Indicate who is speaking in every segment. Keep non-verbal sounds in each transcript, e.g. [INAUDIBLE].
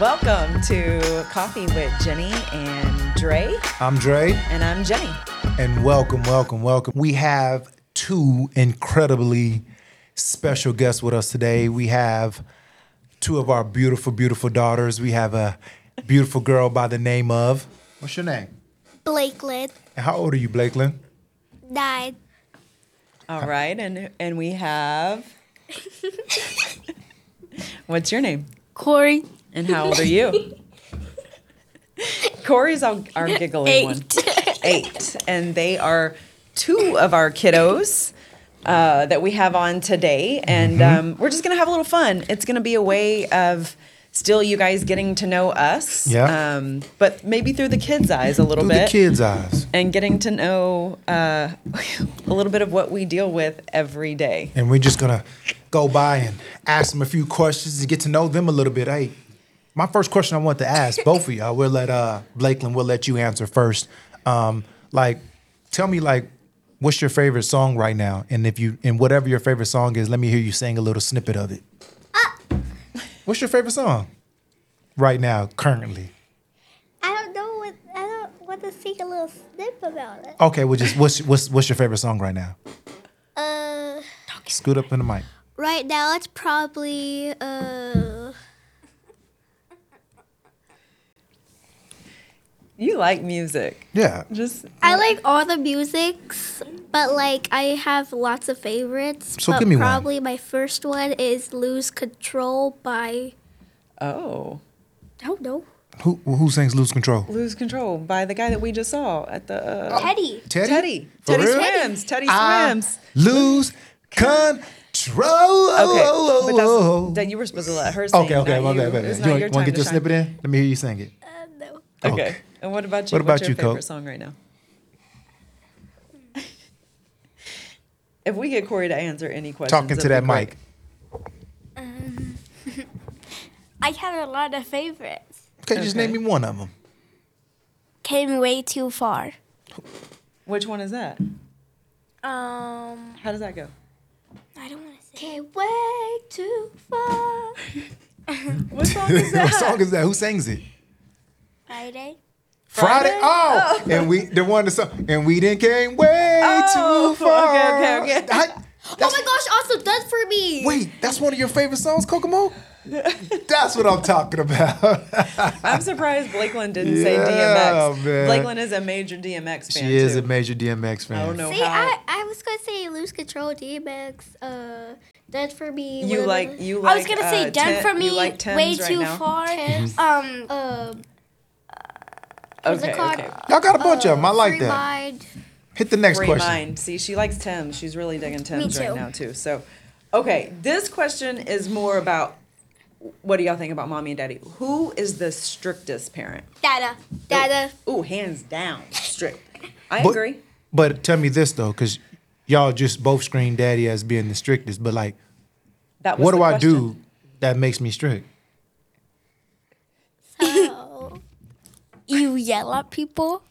Speaker 1: Welcome to Coffee with Jenny and Dre,
Speaker 2: I'm Dre,
Speaker 1: and I'm Jenny.
Speaker 2: and welcome, welcome, welcome. We have two incredibly special guests with us today. We have two of our beautiful, beautiful daughters. We have a beautiful girl by the name of, what's your name?
Speaker 3: Blakeland
Speaker 2: And How old are you, Blakeland?
Speaker 3: died.
Speaker 1: All right, and and we have What's your name?
Speaker 3: Corey
Speaker 1: And how old are you?
Speaker 2: [LAUGHS]
Speaker 1: Corey's our, our giggly one.
Speaker 2: [LAUGHS]
Speaker 1: Eight. And they are two of our kiddos uh, that we have on today. And
Speaker 2: Mm-hmm.
Speaker 1: um, we're just going to have a little fun. It's going to be a way of still you guys getting to know us.
Speaker 2: Yeah.
Speaker 1: Um, but maybe through the kids' eyes a little
Speaker 2: Through
Speaker 1: bit.
Speaker 2: the kids' eyes.
Speaker 1: And getting to know uh, [LAUGHS] a little bit of what we deal with every day.
Speaker 2: And we're just gonna go by and ask them a few questions and get to know them a little bit. Hey, my first question I want to ask both of y'all. We'll let uh Blakeland. We'll let you answer first. Um, like, tell me like, what's your favorite song right now? And if you and whatever your favorite song is, let me hear you sing a little snippet of it. What's your favorite song right now, currently?
Speaker 3: I don't know what I don't want to sing a little snip about it.
Speaker 2: Okay, well, just what's what's what's your favorite song right now?
Speaker 3: Uh,
Speaker 2: Scoot up in the mic.
Speaker 3: right now it's probably uh.
Speaker 1: You like music.
Speaker 2: Yeah.
Speaker 1: Just
Speaker 3: I like all the musics, but like I have lots of favorites.
Speaker 2: So
Speaker 3: but
Speaker 2: give me one.
Speaker 3: probably my first one is "Lose Control" by
Speaker 1: oh.
Speaker 3: I don't know
Speaker 2: Who who sings "Lose Control"?
Speaker 1: Lose Control by the guy that we just saw at the uh,
Speaker 3: Teddy.
Speaker 2: Teddy.
Speaker 1: Teddy.
Speaker 2: For
Speaker 1: Teddy
Speaker 2: real? Ah.
Speaker 1: swims. Teddy
Speaker 2: I
Speaker 1: swims.
Speaker 2: lose control. Oh,
Speaker 1: Okay, but
Speaker 2: Okay,
Speaker 1: that's, that you were supposed to let her sing.
Speaker 2: oh, okay, okay,
Speaker 1: not
Speaker 2: my
Speaker 1: you.
Speaker 2: bad, my bad.
Speaker 1: It's
Speaker 2: You
Speaker 1: not
Speaker 2: want
Speaker 1: your
Speaker 2: to
Speaker 1: time
Speaker 2: get
Speaker 1: to
Speaker 2: your
Speaker 1: shine.
Speaker 2: snippet in? Let me hear you sing it.
Speaker 3: Uh, no.
Speaker 1: Okay.
Speaker 2: Okay.
Speaker 1: And what about you?
Speaker 2: What
Speaker 1: What's
Speaker 2: about
Speaker 1: your
Speaker 2: you,
Speaker 1: favorite
Speaker 2: Coke?
Speaker 1: song right now? [LAUGHS] if we get Corey to answer any questions,
Speaker 2: Talking to
Speaker 1: it'll
Speaker 2: that
Speaker 1: be great.
Speaker 2: mic.
Speaker 4: I have a lot of favorites.
Speaker 2: Okay, just
Speaker 1: Okay.
Speaker 2: name me one of them.
Speaker 4: Came way too far.
Speaker 1: Which one is that?
Speaker 4: Um,
Speaker 1: How does that go?
Speaker 4: I don't want to say.
Speaker 3: Okay, way too [LAUGHS] far.
Speaker 1: What song is
Speaker 2: [LAUGHS] what
Speaker 1: that?
Speaker 2: song is that? Who sings it?
Speaker 4: Friday.
Speaker 2: Friday.
Speaker 1: Friday?
Speaker 2: Oh, and we the one that song. And we didn't came way
Speaker 1: Oh,
Speaker 2: too far.
Speaker 1: okay, okay, okay.
Speaker 2: I-
Speaker 3: Oh
Speaker 2: that's-
Speaker 3: my gosh! Also done for me.
Speaker 2: Wait, that's one of your favorite songs, Kokomo. that's what I'm talking about.
Speaker 1: [LAUGHS] I'm surprised Blakeland didn't say
Speaker 2: Yeah,
Speaker 1: DMX.
Speaker 2: man.
Speaker 1: Blakeland is a major DMX fan.
Speaker 2: she is
Speaker 1: too.
Speaker 2: a major DMX fan.
Speaker 1: I don't know
Speaker 3: See,
Speaker 1: how.
Speaker 3: I, I was gonna say lose control, DMX, uh, dead for me.
Speaker 1: you
Speaker 3: whatever.
Speaker 1: like you
Speaker 4: I
Speaker 1: like.
Speaker 4: was gonna say
Speaker 1: uh,
Speaker 4: done
Speaker 1: Tim-
Speaker 4: for
Speaker 1: you
Speaker 4: me.
Speaker 1: like Tim's
Speaker 4: way
Speaker 1: right
Speaker 4: too
Speaker 1: now?
Speaker 4: far.
Speaker 3: Tims.
Speaker 4: Um,
Speaker 3: Um, was it
Speaker 1: Okay,
Speaker 3: called?
Speaker 1: okay.
Speaker 2: Y'all got a bunch of them. I like
Speaker 3: free
Speaker 2: that.
Speaker 3: Mind.
Speaker 2: Hit the next
Speaker 1: Free
Speaker 2: question.
Speaker 1: mind. See, she likes Tim's. She's really digging Tim's right
Speaker 3: too.
Speaker 1: now too. So, okay, this question is more about what do y'all think about mommy and daddy? Who is the strictest parent?
Speaker 3: Dada, dada.
Speaker 1: Ooh, hands down, strict. I
Speaker 2: But-
Speaker 1: agree.
Speaker 2: But tell me this though, because y'all just both screen daddy as being the strictest. But like,
Speaker 1: That was
Speaker 2: what
Speaker 1: the
Speaker 2: do I do
Speaker 1: question. [LAUGHS]
Speaker 2: that makes me strict? [LAUGHS]
Speaker 3: So,
Speaker 4: you yell at people.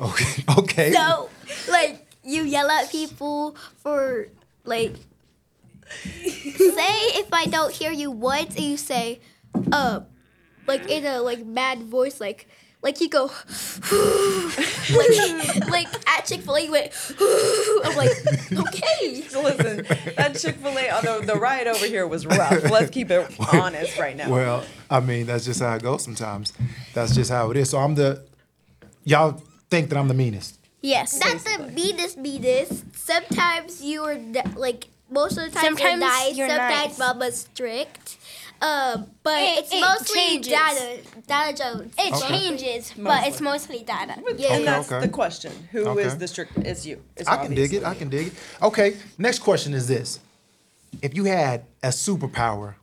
Speaker 2: Okay, okay.
Speaker 3: so, like you yell at people for like. say if I don't hear you once, and you say, uh, like in a like mad voice, like like you go, [SIGHS] like like at Chick Fil A, you went. [SIGHS] I'm like, okay.
Speaker 1: Listen, that Chick Fil A, although the ride over here was rough. Let's keep it
Speaker 2: [LAUGHS]
Speaker 1: honest right now.
Speaker 2: Well, I mean, that's just how it goes sometimes. That's just how it is. So I'm the. Y'all think that I'm the meanest.
Speaker 4: Yes.
Speaker 3: Not the meanest, meanest. Sometimes you are ni- like most of the time
Speaker 4: Sometimes
Speaker 3: you're nice.
Speaker 4: you're
Speaker 3: sometimes
Speaker 4: nice.
Speaker 3: mama's strict. Um, but
Speaker 4: It-
Speaker 3: it's
Speaker 4: it
Speaker 3: mostly
Speaker 4: changes.
Speaker 3: Dada, Dada Jones.
Speaker 4: It
Speaker 2: Okay.
Speaker 4: changes, but
Speaker 1: Mostly.
Speaker 4: it's mostly data.
Speaker 3: Yeah.
Speaker 1: and that's
Speaker 2: okay.
Speaker 1: the question. Who is
Speaker 2: Okay.
Speaker 1: the strict? It's you. It's
Speaker 2: I can dig
Speaker 1: obviously
Speaker 2: it. I
Speaker 1: you.
Speaker 2: can dig it. Okay. Next question is this: If you had a superpower,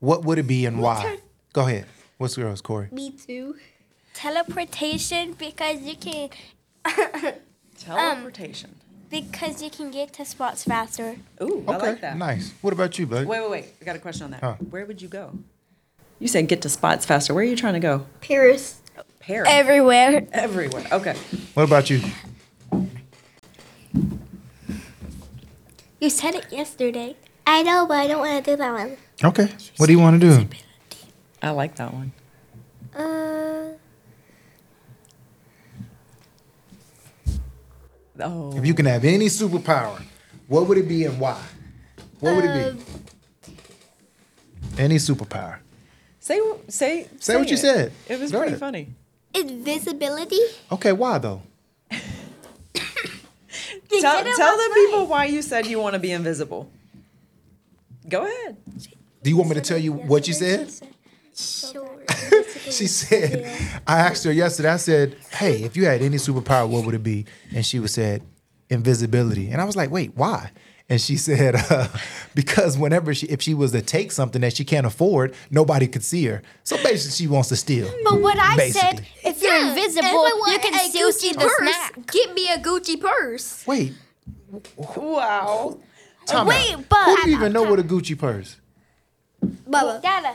Speaker 2: what would it be and why? Go ahead. What's yours, Corey?
Speaker 3: Me too.
Speaker 4: Teleportation because you can
Speaker 1: Teleportation.
Speaker 4: because you can get to spots faster.
Speaker 1: Ooh, I
Speaker 2: Um, Okay.
Speaker 1: like that.
Speaker 2: Nice. What about you, buddy?
Speaker 1: Wait, wait, wait. I got a question on that.
Speaker 2: Huh.
Speaker 1: Where would you go? You said get to spots faster. Where are you trying to go?
Speaker 3: Paris.
Speaker 1: Paris.
Speaker 4: Everywhere.
Speaker 1: Everywhere. Okay.
Speaker 2: What about you?
Speaker 4: You said it yesterday.
Speaker 3: I know, but I don't want to do that one.
Speaker 2: Okay. What do you want to do?
Speaker 1: I like that one.
Speaker 3: Uh,
Speaker 1: Oh,
Speaker 2: If you can have any superpower, what would it be and why? What would it be? Uh, Any superpower.
Speaker 1: say say say,
Speaker 2: what you
Speaker 1: it.
Speaker 2: said.
Speaker 1: It was
Speaker 2: Go
Speaker 1: pretty
Speaker 2: ahead.
Speaker 1: funny.
Speaker 3: invisibility.
Speaker 2: Okay, why though?
Speaker 4: You
Speaker 1: Tell,
Speaker 4: did it
Speaker 1: tell
Speaker 4: last
Speaker 1: the
Speaker 4: night.
Speaker 1: people why you said you want to be invisible. Go ahead.
Speaker 2: Do you want me to tell you what you said?
Speaker 3: Sure.
Speaker 2: She said, I asked her yesterday, I said, Hey, if you had any superpower, what would it be? And she was said, Invisibility. And I was like, Wait, why? And she [LAUGHS] said, uh, Because whenever she, if she was to take something that she can't afford, nobody could see her. So basically, she wants to steal.
Speaker 4: But what I said,
Speaker 2: Basically.
Speaker 4: if you're
Speaker 3: Yeah,
Speaker 4: invisible,
Speaker 3: if I want
Speaker 4: you can
Speaker 3: a
Speaker 4: still
Speaker 3: Gucci
Speaker 4: see the
Speaker 3: purse,
Speaker 4: snack.
Speaker 3: Get me a Gucci purse.
Speaker 2: Wait,
Speaker 1: Wow.
Speaker 2: time
Speaker 4: Wait,
Speaker 2: out.
Speaker 4: but-
Speaker 2: Who do you even know what a Gucci purse?
Speaker 3: Bubba.
Speaker 4: Dada.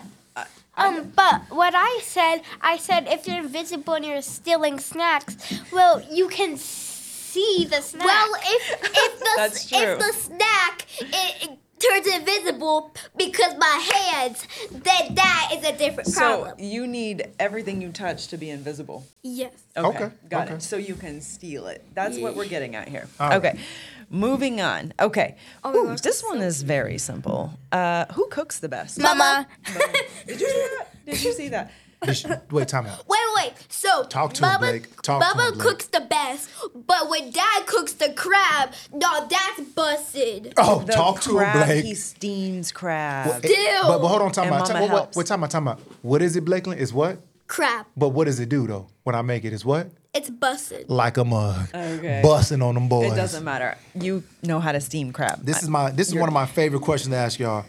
Speaker 4: Um, but what I said, I said if you're invisible and you're stealing snacks, well, you can see the snack.
Speaker 3: Well, if if the
Speaker 1: That's true.
Speaker 3: if the snack it, it turns invisible because my hands, then that is a different
Speaker 1: So
Speaker 3: problem.
Speaker 1: you need everything you touch to be invisible.
Speaker 3: Yes.
Speaker 1: Okay.
Speaker 2: Okay,
Speaker 1: Got
Speaker 2: okay.
Speaker 1: it. So you can steal it. That's what we're getting at here.
Speaker 2: All right.
Speaker 1: Okay. Moving on. Okay.
Speaker 3: my
Speaker 1: Ooh,
Speaker 3: gosh,
Speaker 1: this one is very simple. Uh, who cooks the best?
Speaker 3: Mama. [LAUGHS]
Speaker 1: Did you see that? Did you see
Speaker 2: [LAUGHS]
Speaker 1: that?
Speaker 2: Did she- Wait, time out.
Speaker 3: Wait, wait. So
Speaker 2: Talk to him,
Speaker 3: Bubba,
Speaker 2: Blake. Talk to him,
Speaker 3: Bubba
Speaker 2: Blake.
Speaker 3: cooks the best, but when Dad cooks the crab, no, that's busted.
Speaker 2: Oh,
Speaker 1: The
Speaker 2: talk to him,
Speaker 1: crab,
Speaker 2: Blake.
Speaker 1: He steams crab.
Speaker 2: Well, it-
Speaker 3: Still.
Speaker 2: But, but hold on, time
Speaker 1: And
Speaker 2: out. Time,
Speaker 1: mama
Speaker 2: what, what,
Speaker 1: helps.
Speaker 2: what, time out, time out. What is it, Blakeland? It's what?
Speaker 3: Crab,
Speaker 2: But what does it do though? When I make it, it's what?
Speaker 3: it's busted.
Speaker 2: Like a mug,
Speaker 1: Okay.
Speaker 2: busting on them boys.
Speaker 1: It doesn't matter. You know how to steam crab.
Speaker 2: This
Speaker 1: I-
Speaker 2: is my. This is one of my favorite questions to ask y'all.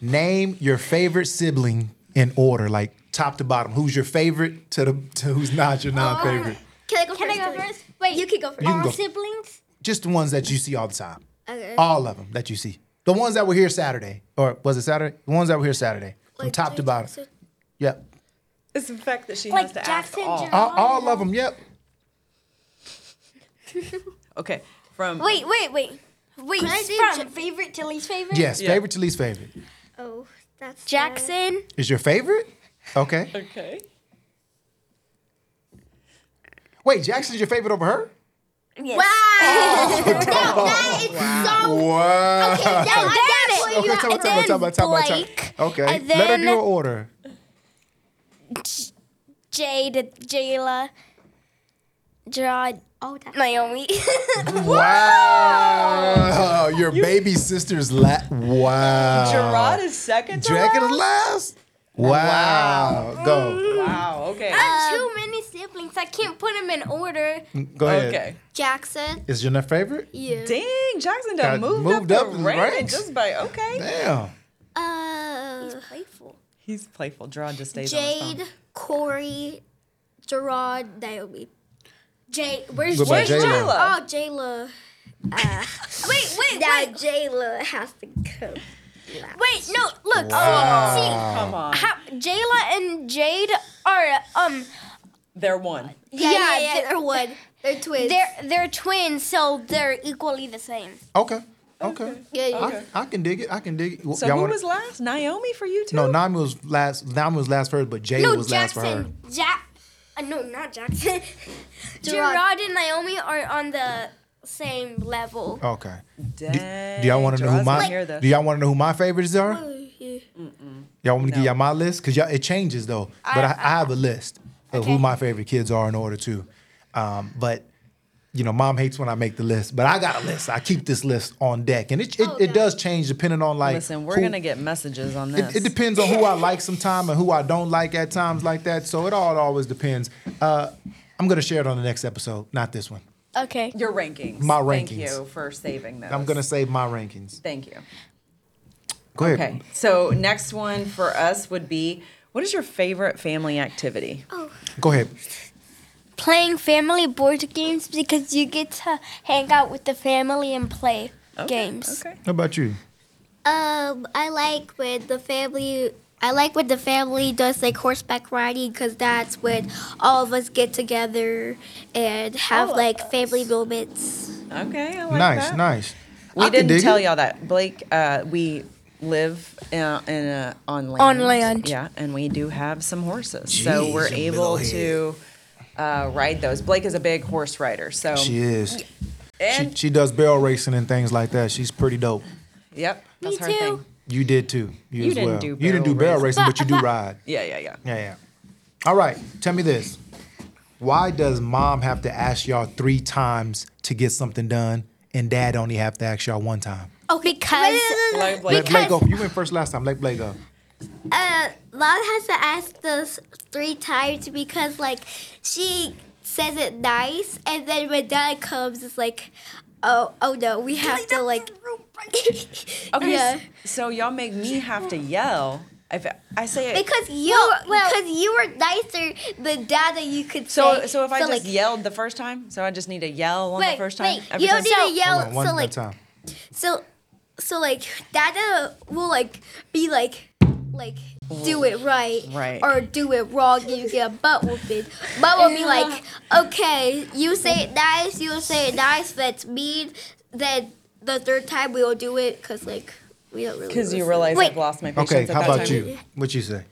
Speaker 2: Name your favorite sibling in order, like top to bottom. Who's your favorite to the to who's not your non-favorite?
Speaker 3: Can I go
Speaker 4: Can
Speaker 3: first?
Speaker 4: I go
Speaker 3: Kelly?
Speaker 4: first? Wait,
Speaker 3: You can go first.
Speaker 2: You can
Speaker 4: all
Speaker 2: go.
Speaker 4: siblings.
Speaker 2: Just the ones that you see all the time.
Speaker 3: Okay.
Speaker 2: All of them that you see. The ones that were here Saturday, or was it Saturday? The ones that were here Saturday, from
Speaker 3: Like,
Speaker 2: top to
Speaker 3: three,
Speaker 2: bottom.
Speaker 3: so-
Speaker 2: Yep.
Speaker 1: It's the fact that she
Speaker 4: Like
Speaker 1: has to
Speaker 4: Jackson
Speaker 1: ask all.
Speaker 4: Jr.
Speaker 2: All, all of them. Yep.
Speaker 1: Okay. From
Speaker 4: Wait, wait, wait. Wait,
Speaker 3: Can I do
Speaker 4: from
Speaker 3: Ja-
Speaker 4: favorite to least favorite?
Speaker 2: Yes.
Speaker 1: Yeah.
Speaker 2: Favorite to least favorite
Speaker 3: Oh, that's bad.
Speaker 4: Jackson.
Speaker 2: is your favorite. Okay.
Speaker 1: Okay.
Speaker 2: Wait, Jackson's your favorite over her?
Speaker 4: Yes.
Speaker 3: Wow. [LAUGHS]
Speaker 2: [LAUGHS]
Speaker 3: no, that is
Speaker 4: Um,
Speaker 3: so
Speaker 2: Wow.
Speaker 3: Okay, now I got it.
Speaker 2: [LAUGHS] Okay,
Speaker 3: You
Speaker 2: time
Speaker 3: got-
Speaker 2: out, time out, time out, time out, time
Speaker 4: Blake,
Speaker 2: out. Okay,
Speaker 4: and
Speaker 2: let her
Speaker 4: then-
Speaker 2: do an order.
Speaker 4: Jade, Jayla, Gerard,
Speaker 3: Oh, that's
Speaker 4: Naomi. [LAUGHS]
Speaker 2: Wow, your baby sister's last. Wow,
Speaker 1: Gerard is second. to
Speaker 2: Jack is
Speaker 1: last?
Speaker 2: last. Wow, go,
Speaker 1: Wow. Okay.
Speaker 4: too many siblings. I can't put them in order.
Speaker 2: go ahead.
Speaker 1: Okay.
Speaker 3: Jackson.
Speaker 2: Is your favorite?
Speaker 3: Yeah.
Speaker 1: Dang, Jackson done
Speaker 2: Got
Speaker 1: moved,
Speaker 2: moved
Speaker 1: up,
Speaker 2: up
Speaker 1: the
Speaker 2: in the
Speaker 1: rank
Speaker 2: ranks.
Speaker 1: just by okay.
Speaker 2: Damn.
Speaker 3: Uh,
Speaker 4: Playful.
Speaker 1: He's playful. Gerard just stays on his
Speaker 3: Jade, Corey, Gerard, Naomi. Jade, where's
Speaker 2: What about
Speaker 1: phone.
Speaker 2: Jayla?
Speaker 1: Jayla?
Speaker 3: Oh, Jayla. Uh, wait, wait, now Jayla has to go.
Speaker 4: Wait, no, look.
Speaker 2: Wow.
Speaker 1: Come on.
Speaker 4: See, how, Jayla and Jade are um
Speaker 1: They're one.
Speaker 3: Yeah, yeah, yeah,
Speaker 4: they're-
Speaker 3: they're one. They're twins.
Speaker 4: they're they're twins, so they're equally the same.
Speaker 2: Okay, okay.
Speaker 3: yeah, yeah.
Speaker 1: Okay.
Speaker 2: I, I can dig it. I can dig it.
Speaker 1: So who was last? Naomi for you too?
Speaker 2: No, Nami was last. Nami was last for her, but Jayla
Speaker 4: No,
Speaker 2: was last for her.
Speaker 4: Jackson. Jack. Uh, no, not Jackson. [LAUGHS]
Speaker 3: Gerard.
Speaker 4: Gerard and Naomi are on the same level.
Speaker 2: Okay.
Speaker 1: Dang.
Speaker 2: Do y'all want to know who
Speaker 1: Gerard's gonna
Speaker 2: my?
Speaker 1: hear this.
Speaker 2: Do y'all want to know who my favorites are?
Speaker 3: yeah.
Speaker 2: Y'all want me to give
Speaker 1: No.
Speaker 2: y'all my list? Because y'all, it changes though. but I, I have a list of who
Speaker 4: Okay.
Speaker 2: my favorite kids are in order to. Um, but, you know, mom hates when I make the list. But I got a list. I keep this list on deck. And it, it, it does change depending on like.
Speaker 1: Oh, Listen, we're
Speaker 2: who-
Speaker 1: gonna get messages on this.
Speaker 2: It, it depends on who I like sometimes and who I don't like at times like that. So it all always depends. Uh, I'm going to share it on the next episode, not this one.
Speaker 4: Okay.
Speaker 1: Your rankings.
Speaker 2: My
Speaker 1: Thank
Speaker 2: rankings.
Speaker 1: you for saving those.
Speaker 2: I'm going to save my rankings.
Speaker 1: Thank you.
Speaker 2: Go ahead.
Speaker 1: Okay. So next one for us would be what is your favorite family activity?
Speaker 2: Go ahead.
Speaker 4: Playing family board games because you get to hang out with the family and play games.
Speaker 1: Okay.
Speaker 2: How about you?
Speaker 3: Um, I like when the family. I like when the family does like horseback riding because that's when all of us get together and have
Speaker 4: All of
Speaker 3: like family moments.
Speaker 1: Okay. I like
Speaker 2: nice,
Speaker 1: that.
Speaker 2: nice.
Speaker 1: We
Speaker 2: I can
Speaker 1: didn't
Speaker 2: dig
Speaker 1: tell
Speaker 2: it.
Speaker 1: y'all that. Blake, uh, we live uh, in a, on land.
Speaker 4: On land.
Speaker 1: Yeah, and we do have some horses, so
Speaker 2: Jeez,
Speaker 1: we're
Speaker 2: you
Speaker 1: able
Speaker 2: middlehead.
Speaker 1: to uh, ride those. Blake is a big horse rider, so
Speaker 2: She is. She,
Speaker 1: and
Speaker 2: she does barrel racing and things like that. She's pretty dope.
Speaker 1: yep, that's her
Speaker 4: too.
Speaker 1: thing.
Speaker 2: You did too. You,
Speaker 1: You
Speaker 2: as
Speaker 1: didn't
Speaker 2: well.
Speaker 1: do
Speaker 2: you didn't do
Speaker 1: barrel
Speaker 2: barrel
Speaker 1: racing.
Speaker 2: racing, but
Speaker 1: [LAUGHS]
Speaker 2: you do ride.
Speaker 1: Yeah, yeah, yeah.
Speaker 2: Yeah, yeah. All right. Tell me this. Why does mom have to ask y'all three times to get something done, and dad only have to ask y'all one time?
Speaker 3: Okay, because
Speaker 1: Like,
Speaker 2: Let
Speaker 1: like
Speaker 2: Blake go. You went first last time. Let Blake go.
Speaker 3: uh, Mom has to ask us three times because like she says it nice, and then when Dad comes, it's like, oh, oh no, we have to like. [LAUGHS]
Speaker 1: okay,
Speaker 3: yeah.
Speaker 1: s- so y'all make me have to yell if I say it.
Speaker 3: Because you, because you were nicer than Dad, that you could
Speaker 1: So
Speaker 3: say.
Speaker 1: so if I just
Speaker 3: like,
Speaker 1: yelled the first time, so I just need to yell on the
Speaker 3: Wait,
Speaker 1: first time.
Speaker 3: wait,
Speaker 1: every
Speaker 3: you don't
Speaker 1: time?
Speaker 3: need to yell.
Speaker 2: Hold on, one
Speaker 3: so
Speaker 2: at a
Speaker 3: like,
Speaker 2: time.
Speaker 3: so, so like Dada will like be like, like do it right,
Speaker 1: Right.
Speaker 3: or do it wrong, and you get a butt whooping. Mom will be like, okay, you say it nice, you say it nice, that's mean. Then the third time we will do it, cause like we don't really.
Speaker 1: Because you
Speaker 3: listen.
Speaker 1: realize
Speaker 4: Wait.
Speaker 1: I've lost my patience
Speaker 2: Okay,
Speaker 1: at
Speaker 2: how
Speaker 1: that
Speaker 2: about
Speaker 1: time.
Speaker 2: you? What you say?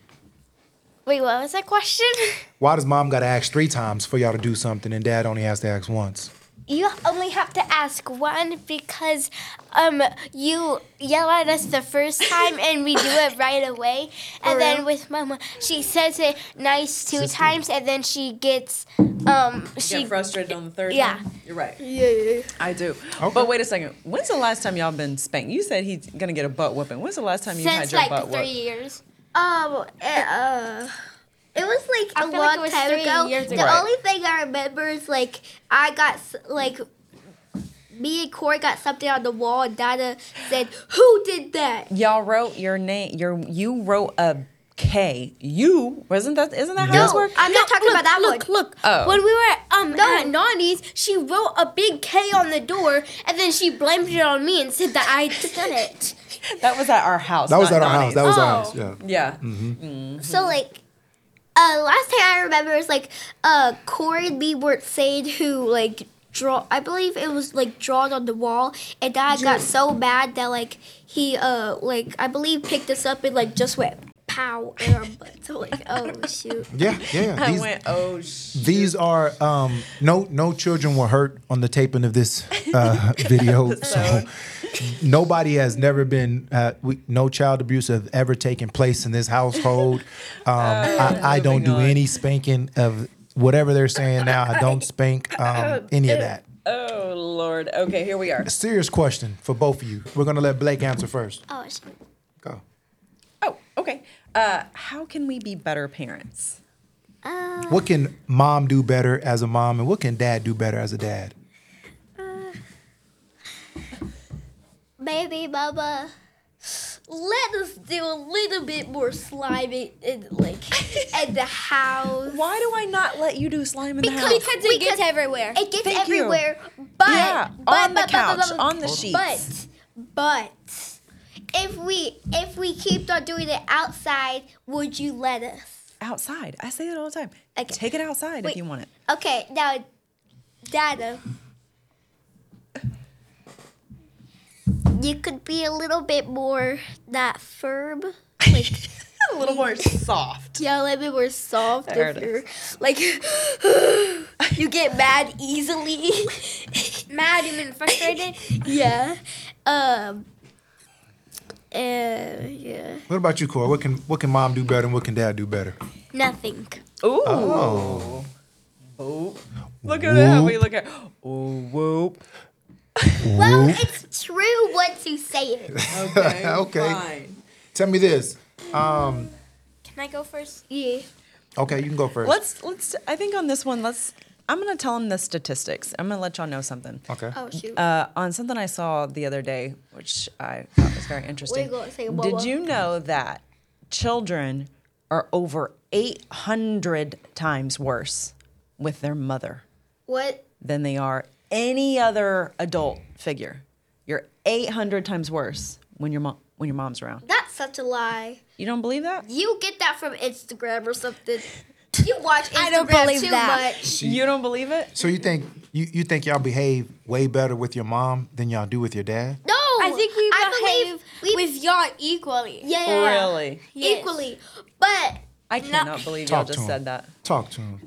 Speaker 4: Wait, what was that question? [LAUGHS]
Speaker 2: Why does mom got to ask three times for y'all to do something, and dad only has to ask once?
Speaker 4: You only have to ask one because um you yell at us the first time and we do it right
Speaker 2: [LAUGHS]
Speaker 4: away. And then with Mama, she says it nice two
Speaker 2: Sister.
Speaker 4: times and then she gets um she
Speaker 1: Get frustrated on the third
Speaker 4: yeah.
Speaker 1: time? You're right.
Speaker 3: Yeah, yeah, yeah.
Speaker 1: I do.
Speaker 2: Okay.
Speaker 1: But wait a second. When's the last time y'all been spanked? You said he's gonna get a butt whooping. When's the last time you had
Speaker 4: since
Speaker 1: your
Speaker 4: like
Speaker 1: butt
Speaker 4: three
Speaker 1: whooped?
Speaker 4: years.
Speaker 3: Um, eh, uh, it was like
Speaker 4: I
Speaker 3: a
Speaker 4: feel like
Speaker 3: long
Speaker 4: it was
Speaker 3: time
Speaker 4: three
Speaker 3: ago.
Speaker 4: years
Speaker 3: the
Speaker 4: ago.
Speaker 3: only thing I remember is like I got s- like me and Corey got something on the wall, and Dada said, "Who did that?"
Speaker 1: Y'all wrote your name. Your you wrote a K. You wasn't that? Isn't that how this works?
Speaker 3: I'm not talking about that
Speaker 4: look,
Speaker 3: one.
Speaker 4: Look,
Speaker 1: Oh.
Speaker 4: when we were um at Nani's, she wrote a big K on the door, and then she blamed it on me and said that I done it.
Speaker 1: That was at our house.
Speaker 2: That was
Speaker 1: not
Speaker 2: at our
Speaker 1: Donnie's.
Speaker 2: house. That was Mm-hmm. our
Speaker 4: Oh.
Speaker 2: house. Yeah.
Speaker 1: yeah.
Speaker 3: So like. Uh, last thing I remember is like uh, Corey and me were saying who like draw. I believe it was like drawn on the wall, and Dad got so mad that like he uh like I believe picked us up and like just went pow in our butt. So like oh shoot.
Speaker 2: Yeah. Yeah.
Speaker 1: [LAUGHS] I
Speaker 2: These-
Speaker 1: went. Oh. Sh-.
Speaker 2: These are um, no no children were hurt on the taping of this
Speaker 1: [LAUGHS]
Speaker 2: uh, video, so nobody has never been uh, we, no child abuse have ever taken place in
Speaker 1: [LAUGHS]
Speaker 2: this household. Um, I, I don't do
Speaker 1: Oh, moving on.
Speaker 2: any spanking of whatever they're saying now.
Speaker 1: [LAUGHS]
Speaker 2: I don't spank um, any of that.
Speaker 1: Oh Lord. Okay. Here we are.
Speaker 2: Serious question for both of you. We're gonna let Blake answer first.
Speaker 3: Oh shoot.
Speaker 2: Go.
Speaker 1: Oh. Okay. Uh, how can we be better parents?
Speaker 2: What can mom do better as a mom, and what can dad do better as a dad?
Speaker 3: Maybe Mama let us do a little bit more slimy in like at the house.
Speaker 1: Why do I not let you do slime in the house?
Speaker 4: Because it gets everywhere.
Speaker 3: It gets
Speaker 1: Thank you.
Speaker 3: everywhere, but
Speaker 1: yeah.
Speaker 3: but,
Speaker 1: on the
Speaker 3: but, but,
Speaker 1: couch.
Speaker 3: but, but,
Speaker 1: on the sheets.
Speaker 3: But but if we if we keep on doing it outside, would you let us?
Speaker 1: outside. I say that all the time.
Speaker 3: Okay.
Speaker 1: Take it outside if
Speaker 3: Wait.
Speaker 1: you want it.
Speaker 3: Okay, now Dada. You could be a little bit more not firm. Like
Speaker 1: [LAUGHS] A little more soft.
Speaker 3: yeah, a little bit more soft
Speaker 1: There
Speaker 3: if
Speaker 1: it
Speaker 3: you're like [GASPS] you get mad
Speaker 1: [LAUGHS]
Speaker 3: easily. [LAUGHS]
Speaker 4: Mad and [COUGHS] frustrated.
Speaker 3: yeah. Um uh, yeah.
Speaker 2: What about you, Cora? What can what can mom do better, and what can dad do better?
Speaker 3: Nothing.
Speaker 1: Ooh.
Speaker 2: Oh.
Speaker 1: Boop. Look at that. We look at. Oh, whoop.
Speaker 3: Well, it's true once you say it.
Speaker 1: Okay.
Speaker 2: Uh, Okay.
Speaker 1: fine.
Speaker 2: Tell me this.
Speaker 4: Can I go first?
Speaker 3: Yeah.
Speaker 2: Okay, you can go 1st
Speaker 1: Let's let's. I think on this one, let's. I'm gonna tell them the statistics. I'm gonna let y'all know something.
Speaker 2: okay.
Speaker 3: Oh shoot.
Speaker 1: Uh, on something I saw the other day, which I thought was very interesting.
Speaker 3: Wait, go say whoa,
Speaker 1: Did
Speaker 3: whoa.
Speaker 1: you know that children are over 800 times worse with their mother?
Speaker 3: what?
Speaker 1: than they are any other adult figure. You're 800 times worse when your mom when your mom's around.
Speaker 3: That's such a lie.
Speaker 1: You don't believe that?
Speaker 3: You get that from Instagram or something. You watch Instagram
Speaker 4: don't believe
Speaker 3: too
Speaker 4: that.
Speaker 3: much.
Speaker 1: You don't believe it?
Speaker 2: So you think you, you think y'all behave way better with your mom than y'all do with your dad?
Speaker 3: No,
Speaker 4: I I think we
Speaker 3: I
Speaker 4: behave
Speaker 3: believe we-
Speaker 4: with y'all equally.
Speaker 3: Yeah,
Speaker 1: Really?
Speaker 4: Yes.
Speaker 3: equally. But
Speaker 1: I cannot believe y'all
Speaker 2: Talk to
Speaker 1: just
Speaker 2: him.
Speaker 1: said that.
Speaker 2: Talk to him.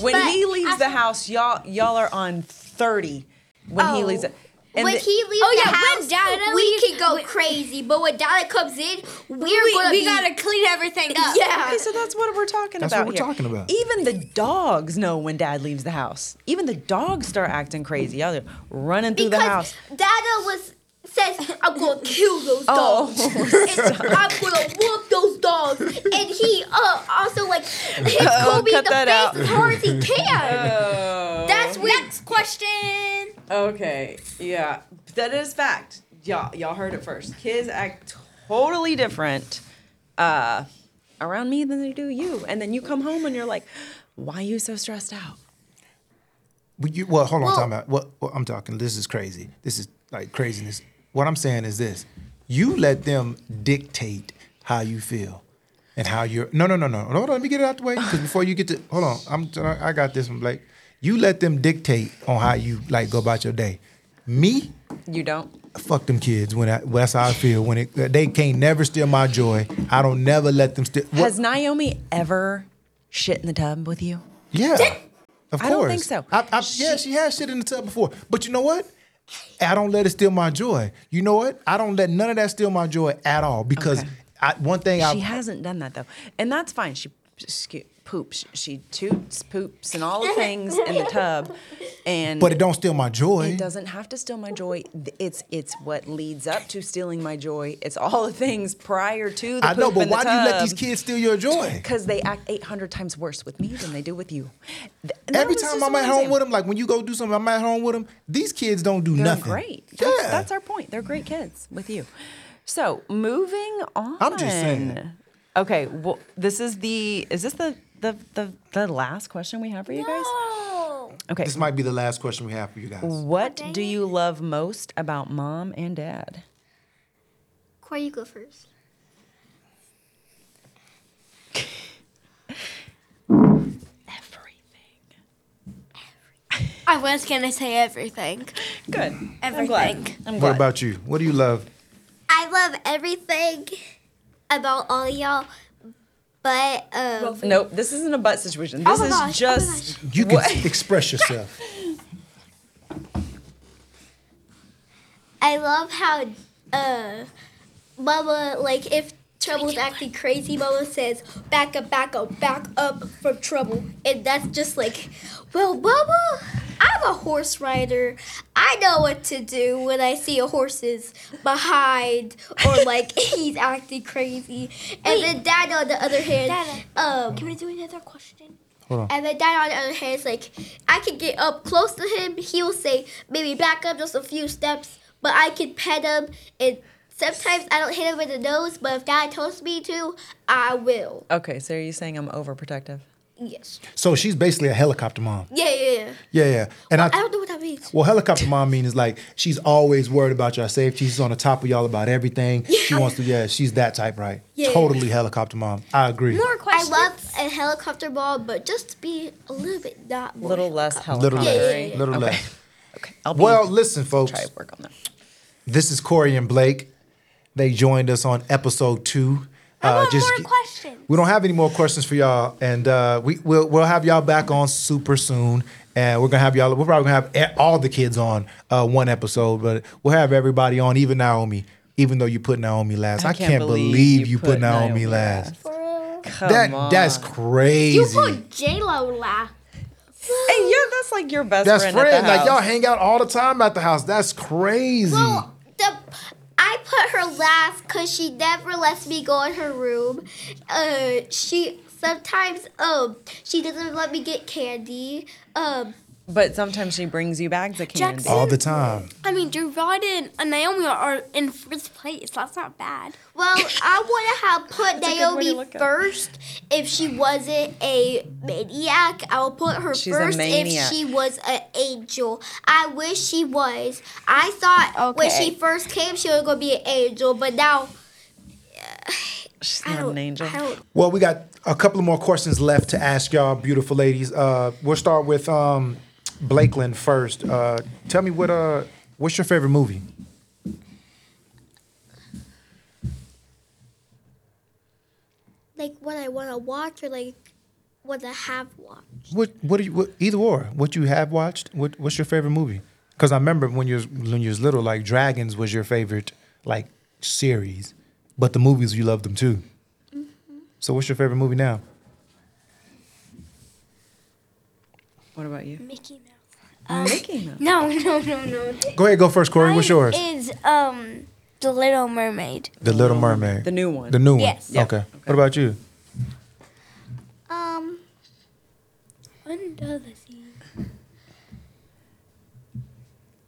Speaker 1: When
Speaker 3: But
Speaker 1: he leaves
Speaker 3: I-
Speaker 1: the house, y'all y'all are on thirty. When he
Speaker 3: Oh.
Speaker 1: leaves, it. and
Speaker 3: when
Speaker 1: the-
Speaker 3: he leaves
Speaker 4: Oh,
Speaker 3: the
Speaker 4: yeah, when
Speaker 3: house,
Speaker 4: Dada
Speaker 3: we
Speaker 4: leaves-
Speaker 3: can go
Speaker 4: when-
Speaker 3: crazy. But when Dada comes in, we're
Speaker 4: we,
Speaker 3: gonna
Speaker 4: we
Speaker 3: be,
Speaker 4: gotta clean everything up.
Speaker 3: yeah.
Speaker 1: Okay, so that's what we're talking
Speaker 2: That's
Speaker 1: about.
Speaker 2: what we're
Speaker 1: here.
Speaker 2: talking about.
Speaker 1: Even the dogs know when dad leaves the house. Even the dogs start acting crazy. Y'all are running through the
Speaker 3: because
Speaker 1: house.
Speaker 3: Dada was says I'm gonna kill those
Speaker 1: Oh.
Speaker 3: dogs.
Speaker 1: [LAUGHS]
Speaker 3: and I'm gonna whoop those dogs. And he uh also
Speaker 1: [LAUGHS]
Speaker 3: like hits
Speaker 1: Uh-oh,
Speaker 3: Kobe in
Speaker 1: Oh, cut
Speaker 3: the
Speaker 1: that
Speaker 3: face
Speaker 1: out. Oh.
Speaker 3: as hard as he
Speaker 1: [LAUGHS]
Speaker 3: can. That's when
Speaker 4: Next question.
Speaker 1: Okay. Yeah. That is fact. Y'all y'all heard it first. Kids act totally different uh around me than they do you. And then you come home and you're like, why are you so stressed out?
Speaker 2: Well, you, well hold on,
Speaker 3: Well-
Speaker 2: time out. What, what I'm talking, this is crazy. This is like craziness. What I'm saying is this: you let them dictate how you feel and how you're. No, no, no, no. Hold on, let me get it out the way because before you get to, hold on, I'm. I got this one, Blake. You let them dictate on how you like go about your day. Me,
Speaker 1: You don't?
Speaker 2: fuck them kids. When I, well, that's how I feel. When it, they can't never steal my joy. I don't never let them steal. What?
Speaker 1: Has Naomi ever shit in the tub with you?
Speaker 2: Yeah. Of course.
Speaker 1: I don't think so.
Speaker 2: I, I, yeah, she has shit in the tub before. But you know what? I don't let it steal my joy. You know what? I don't let none of that steal my joy at all because
Speaker 1: Okay.
Speaker 2: I, one thing I
Speaker 1: She hasn't done that though, and that's fine. She scu- poops, she toots, poops, and all the things in the tub, and
Speaker 2: but it don't steal my joy.
Speaker 1: it doesn't have to steal my joy. Th- It's it's what leads up to stealing my joy. It's all the things prior to the
Speaker 2: I know,
Speaker 1: poop
Speaker 2: but
Speaker 1: in the
Speaker 2: why do you let these
Speaker 1: tub.
Speaker 2: kids steal your joy?
Speaker 1: Because they act 800 times worse with me than they do with you. Th- that
Speaker 2: Every
Speaker 1: was
Speaker 2: time
Speaker 1: just
Speaker 2: I'm
Speaker 1: what
Speaker 2: at home
Speaker 1: saying.
Speaker 2: with them, like when you go do something, I'm at home with them. These kids don't do
Speaker 1: They're
Speaker 2: nothing.
Speaker 1: great.
Speaker 2: Yeah.
Speaker 1: That's, that's our point. They're great kids with you. So moving on.
Speaker 2: I'm just saying.
Speaker 1: Okay. Well, this is the. Is this the the the, the last question we have for you guys?
Speaker 4: Oh.
Speaker 1: Okay.
Speaker 2: this might be the last question we have for you guys.
Speaker 1: What do you love most about mom and dad?
Speaker 3: Corey, you go first.
Speaker 1: Everything.
Speaker 4: I was gonna say everything.
Speaker 1: Good. I'm glad.
Speaker 4: Everything.
Speaker 1: I'm glad.
Speaker 2: What about you? What do you love?
Speaker 3: I love everything about all y'all, but um,
Speaker 1: Nope. This isn't a butt situation. This
Speaker 3: my
Speaker 1: is
Speaker 3: gosh, oh my
Speaker 1: just.
Speaker 2: You can
Speaker 1: What?
Speaker 2: express yourself.
Speaker 3: I love how uh, Mama like if Trouble's acting crazy, Mama says back up, back up, back up from Trouble, and that's just like, well, Mama, I'm a horse rider. I know what to do when I see a horse is behind or like [LAUGHS] he's acting crazy. And then Dad on the other hand, um,
Speaker 4: Can we do another question?
Speaker 2: Hold on.
Speaker 3: and then Dad on the other hand is like, I can get up close to him. He'll say, maybe back up just a few steps, but I can pet him. And sometimes I don't hit him in the nose, but if Dad tells me to, I will.
Speaker 1: Okay. So are you saying I'm overprotective?
Speaker 3: Yes.
Speaker 2: So she's basically a helicopter mom.
Speaker 3: Yeah, yeah, yeah.
Speaker 2: Yeah, yeah. And
Speaker 3: I don't know what that means.
Speaker 2: Well, helicopter mom mean is like she's always worried about your safety. She's on the top of y'all about everything. She wants to, yeah, she's that type, right?
Speaker 3: Yeah.
Speaker 2: Totally helicopter mom. I agree.
Speaker 4: More
Speaker 3: I
Speaker 4: questions.
Speaker 3: love a helicopter ball, but just to be a little bit not
Speaker 1: A
Speaker 3: more.
Speaker 1: little less
Speaker 2: little
Speaker 1: helicopter.
Speaker 2: less.
Speaker 3: yeah, yeah.
Speaker 2: Little
Speaker 1: Okay.
Speaker 2: less.
Speaker 1: Okay. I'll be
Speaker 2: Well, listen,
Speaker 1: try
Speaker 2: folks.
Speaker 1: to work on that.
Speaker 2: This is Corey and Blake. They joined us on episode two. Uh,
Speaker 4: I
Speaker 1: uh,
Speaker 4: want more
Speaker 2: g-
Speaker 4: questions.
Speaker 2: We don't have any more questions for y'all, and uh, we we'll, we'll have y'all back on super soon. And we're gonna have y'all. We're probably gonna have e- all the kids on uh, one episode, but we'll have everybody on, even Naomi. Even though you put Naomi last, I, can't, believe, you put, Naomi, last.
Speaker 1: Come
Speaker 2: That
Speaker 1: on.
Speaker 2: that's crazy.
Speaker 3: You put J Lo last.
Speaker 1: Hey, yeah, that's like your best
Speaker 2: that's
Speaker 1: friend.
Speaker 2: friend.
Speaker 1: At the
Speaker 2: Like y'all
Speaker 1: house.
Speaker 2: hang out all the time at the house. That's crazy.
Speaker 3: Well, the I put her last because she never lets me go in her room. Uh, she sometimes um she doesn't let me get candy. Um,
Speaker 1: But sometimes she brings you bags of candy.
Speaker 4: Jackson.
Speaker 2: all the time.
Speaker 4: I mean, Gerard and uh, Naomi are- are in first place. That's not bad.
Speaker 3: well, I would have
Speaker 1: [LAUGHS]
Speaker 3: put
Speaker 1: a good way to
Speaker 3: Naomi
Speaker 1: look at it.
Speaker 3: first if she wasn't a maniac. I'll put her
Speaker 1: She's a
Speaker 3: first if
Speaker 1: maniac.
Speaker 3: she was an angel. I wish she was. I thought when
Speaker 4: Okay.
Speaker 3: she first came she was gonna be an angel, but now
Speaker 1: She's
Speaker 3: I
Speaker 1: not
Speaker 3: don't.
Speaker 1: an angel.
Speaker 3: I don't.
Speaker 2: Well, we got a couple of more questions left to ask y'all, beautiful ladies. Uh, we'll start with um, Blakeland first. Uh, tell me what uh, what's your favorite movie?
Speaker 3: like what I want to watch or like what I have watched.
Speaker 2: What what do you what, either or what you have watched? What what's your favorite movie? Because I remember when you was, when you was little, like Dragons was your favorite like series, but the movies you loved them too. So what's your favorite movie now?
Speaker 1: What about you?
Speaker 4: Mickey Mouse.
Speaker 3: Uh,
Speaker 1: Mickey Mouse.
Speaker 4: No, no, no, no.
Speaker 2: Go ahead, go first, Corey. What's
Speaker 4: Mine
Speaker 2: yours?
Speaker 4: Is um the Little Mermaid.
Speaker 2: the Little Mermaid.
Speaker 1: The new one.
Speaker 2: The new one.
Speaker 4: Yes.
Speaker 1: Yeah.
Speaker 2: Okay.
Speaker 1: Okay.
Speaker 2: What about you?
Speaker 3: Um,
Speaker 4: Under the sea.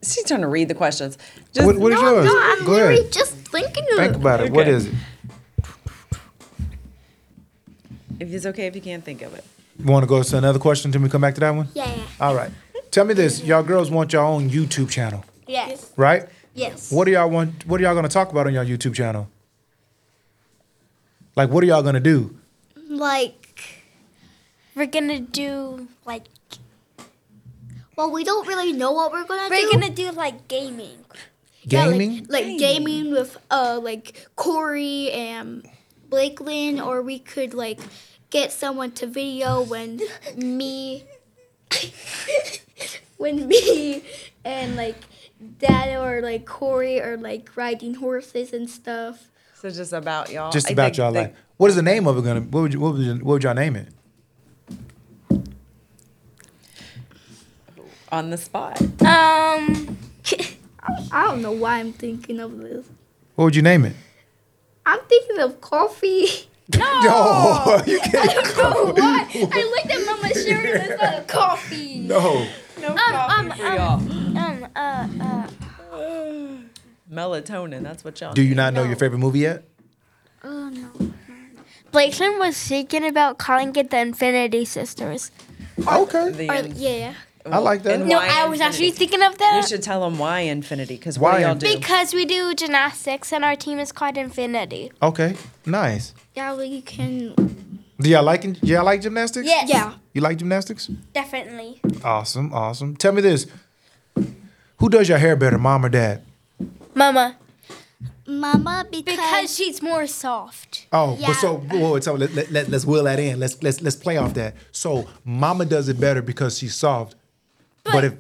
Speaker 1: She's trying to read the questions. Just,
Speaker 2: what, what is yours?
Speaker 3: no, I'm
Speaker 2: go
Speaker 3: literally
Speaker 2: ahead.
Speaker 3: just thinking of
Speaker 2: Think
Speaker 3: it.
Speaker 2: about it. What
Speaker 1: Okay.
Speaker 2: is it?
Speaker 1: if it's okay if you can't think of it.
Speaker 2: You want to go to another question until we come back to that one?
Speaker 3: Yeah, yeah.
Speaker 2: All right. Tell me this: y'all girls want your own YouTube channel,
Speaker 4: Yes.
Speaker 2: right?
Speaker 3: Yes.
Speaker 2: What are y'all want? What are y'all gonna talk about on your YouTube channel? Like, what are y'all gonna do?
Speaker 3: Like,
Speaker 4: We're gonna do like
Speaker 3: well, we don't really know what we're gonna do.
Speaker 4: we're gonna do like gaming.
Speaker 3: Yeah, like-
Speaker 2: Gaming?
Speaker 3: like, gaming with uh like Corey and Blakelyn, or we could like get someone to video when me, [LAUGHS] when me and like Dad or like Corey are like riding horses and stuff.
Speaker 1: So just about y'all.
Speaker 2: Just
Speaker 1: I
Speaker 2: about
Speaker 1: think
Speaker 2: y'all
Speaker 1: the-
Speaker 2: life. What is the name of it gonna? What would you, what would, you, what would y'all name it?
Speaker 1: On the spot.
Speaker 4: Um
Speaker 3: [LAUGHS] I don't know why I'm thinking of this.
Speaker 2: What would you name it?
Speaker 3: I'm thinking of coffee. [LAUGHS]
Speaker 2: [LAUGHS] No, [LAUGHS] you
Speaker 4: [LAUGHS]
Speaker 2: can't.
Speaker 4: Oh, what? I looked at Mama's shirt and I thought coffee.
Speaker 2: No.
Speaker 1: No
Speaker 4: um,
Speaker 1: coffee for
Speaker 4: um.
Speaker 1: y'all.
Speaker 4: Um uh uh
Speaker 1: Melatonin. That's what y'all.
Speaker 2: Do you not know your
Speaker 4: No.
Speaker 2: favorite movie yet?
Speaker 3: Oh no.
Speaker 4: Blakeson was thinking about calling it the Infinity Sisters.
Speaker 2: Okay.
Speaker 1: The
Speaker 3: Or,
Speaker 1: in-
Speaker 3: yeah.
Speaker 2: I like that.
Speaker 1: and
Speaker 4: No,
Speaker 1: why
Speaker 4: I was
Speaker 1: infinity?
Speaker 4: actually thinking of
Speaker 1: You
Speaker 4: that.
Speaker 1: should tell them why infinity, because
Speaker 2: Why
Speaker 1: what do y'all
Speaker 2: in-
Speaker 1: do?
Speaker 4: Because we do gymnastics and our team is called Infinity.
Speaker 2: Okay. Nice.
Speaker 3: Yeah, we can.
Speaker 2: Do y'all like? Do y'all like gymnastics?
Speaker 4: Yes.
Speaker 3: Yeah.
Speaker 2: You like gymnastics?
Speaker 4: Definitely.
Speaker 2: Awesome. Awesome. Tell me this: Who does your hair better, mom or dad?
Speaker 4: Mama.
Speaker 3: Mama, because,
Speaker 4: Because she's more soft.
Speaker 2: Oh,
Speaker 3: Yeah.
Speaker 2: but so whoa, so let, let, let, us wheel that in. Let's let's let's play off that. So mama does it better because she's soft. But,
Speaker 4: But-
Speaker 2: if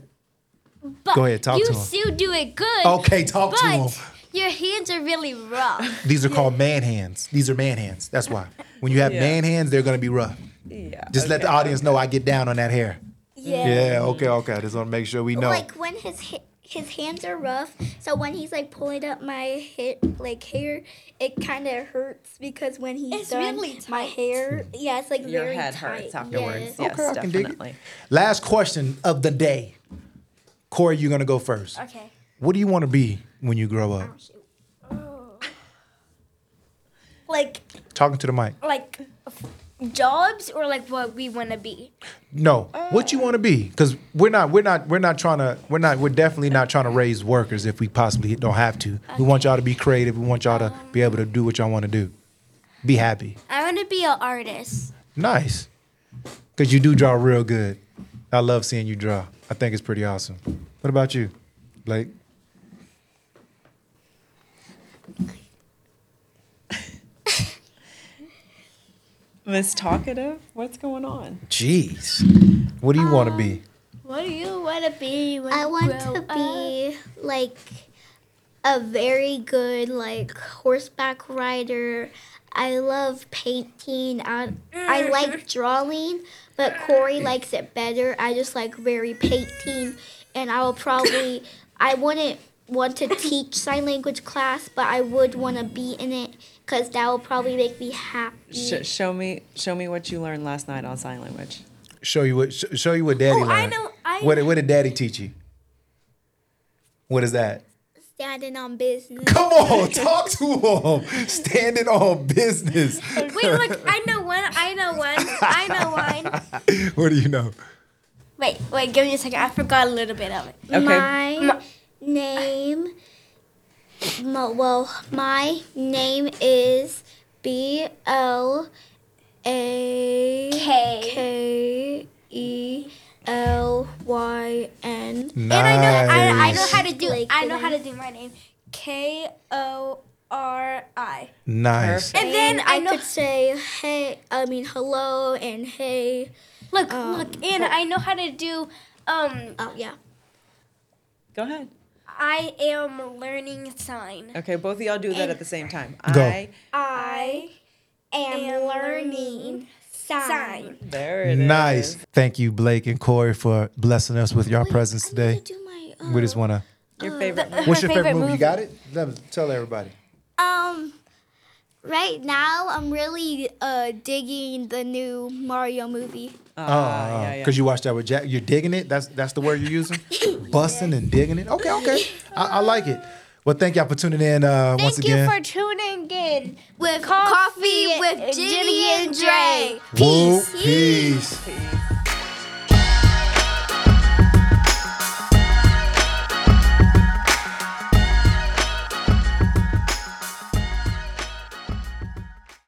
Speaker 4: But
Speaker 2: Go ahead, talk
Speaker 4: you
Speaker 2: to 'em.
Speaker 4: still do it good.
Speaker 2: okay, talk
Speaker 4: But
Speaker 2: to him.
Speaker 4: your hands are really
Speaker 2: [LAUGHS]
Speaker 4: rough.
Speaker 2: These are called man hands. These are man hands. That's why. When you have
Speaker 1: Yeah.
Speaker 2: man hands, they're gonna be rough.
Speaker 1: yeah.
Speaker 2: Just let the
Speaker 1: okay.
Speaker 2: audience know I get down on that hair.
Speaker 4: yeah.
Speaker 2: Yeah, okay, okay. Just wanna make sure we know.
Speaker 3: like when his ha- his hands are rough, so when he's like pulling up my ha- like hair, it kind of hurts because when he's
Speaker 4: It's
Speaker 3: done
Speaker 4: really
Speaker 3: my hair, yeah, it's like
Speaker 1: Your
Speaker 3: very
Speaker 1: head
Speaker 3: tight.
Speaker 1: hurts afterwards. Yes,
Speaker 2: Okay, I can dig it.
Speaker 1: definitely.
Speaker 2: Last question of the day. Corey, you're gonna go first.
Speaker 4: Okay.
Speaker 2: What do you wanna be when you grow up?
Speaker 4: Like
Speaker 2: Talking to the mic.
Speaker 4: like f- jobs or like what we want to be.
Speaker 2: No, what you want to be? Because we're not, we're not, we're not trying to, we're not, we're definitely not trying to raise workers if we possibly don't have to. We want y'all to be creative. We want y'all to be able to do what y'all want to do. Be happy.
Speaker 4: I want to be an artist.
Speaker 2: Nice, because you do draw real good. I love seeing you draw. I think it's pretty awesome. What about you, Blake?
Speaker 1: Miss Talkative, what's going on?
Speaker 2: Jeez, what do you want to
Speaker 4: Um,
Speaker 2: be?
Speaker 4: What do you want to be when
Speaker 3: I
Speaker 4: you
Speaker 3: want
Speaker 4: grow
Speaker 3: to
Speaker 4: up?
Speaker 3: be like a very good like horseback rider. I love painting. I, I
Speaker 4: [LAUGHS]
Speaker 3: like drawing, but Corey likes it better. I just like very painting, and I will
Speaker 4: [LAUGHS]
Speaker 3: probably I wouldn't want to teach sign language class, but I would want to be in it because that will probably make me happy.
Speaker 1: Sh- show me, show me what you learned last night on sign language.
Speaker 2: Show you what? Sh- show you what Daddy
Speaker 4: Oh, I
Speaker 2: learned.
Speaker 4: know- I
Speaker 2: what, did- what did Daddy teach you? What is that?
Speaker 3: Standing on business.
Speaker 2: Come on, talk to him. Standing on business.
Speaker 4: Wait, look, I know one. I know one. I know one.
Speaker 2: [LAUGHS] what do you know?
Speaker 4: [LAUGHS] Wait, wait, give me a second. I forgot a little bit of it.
Speaker 1: Okay.
Speaker 3: My
Speaker 4: Ma-
Speaker 3: name, my, well, my name is B L A K E L Y N.
Speaker 2: Nice.
Speaker 4: And I know, I, I know how to do.
Speaker 3: Like
Speaker 4: I know how to do my name. K O R I.
Speaker 3: try.
Speaker 2: Nice.
Speaker 4: And then I know.
Speaker 3: could say hey, I mean hello and hey.
Speaker 4: Look, look, and I know how to do. Um,
Speaker 3: Oh yeah.
Speaker 1: Go ahead.
Speaker 4: I am learning sign.
Speaker 1: Okay, both of y'all do that at the same time.
Speaker 2: Go.
Speaker 1: I
Speaker 4: I am, learning sign.
Speaker 1: there it is.
Speaker 2: Nice. Thank you, Blake and Corey, for blessing us with your presence today.
Speaker 3: uh,
Speaker 2: we just want to.
Speaker 1: Your favorite movie.
Speaker 4: [LAUGHS]
Speaker 2: What's your favorite, movie? You got it? Let me tell everybody.
Speaker 3: Um, right now I'm really uh digging the new Mario movie.
Speaker 4: Uh,
Speaker 1: Oh,
Speaker 2: Oh, because
Speaker 1: yeah, yeah.
Speaker 2: you watched that with Jack. You're digging it. That's that's the word you're using. Busting and digging it. Okay, okay. I, I like it. Well, thank y'all for tuning in uh, once
Speaker 4: Thank you
Speaker 2: again.
Speaker 4: for tuning in
Speaker 3: With
Speaker 4: Coffee with Jenny and Dre.
Speaker 2: Woo, peace.
Speaker 1: Peace.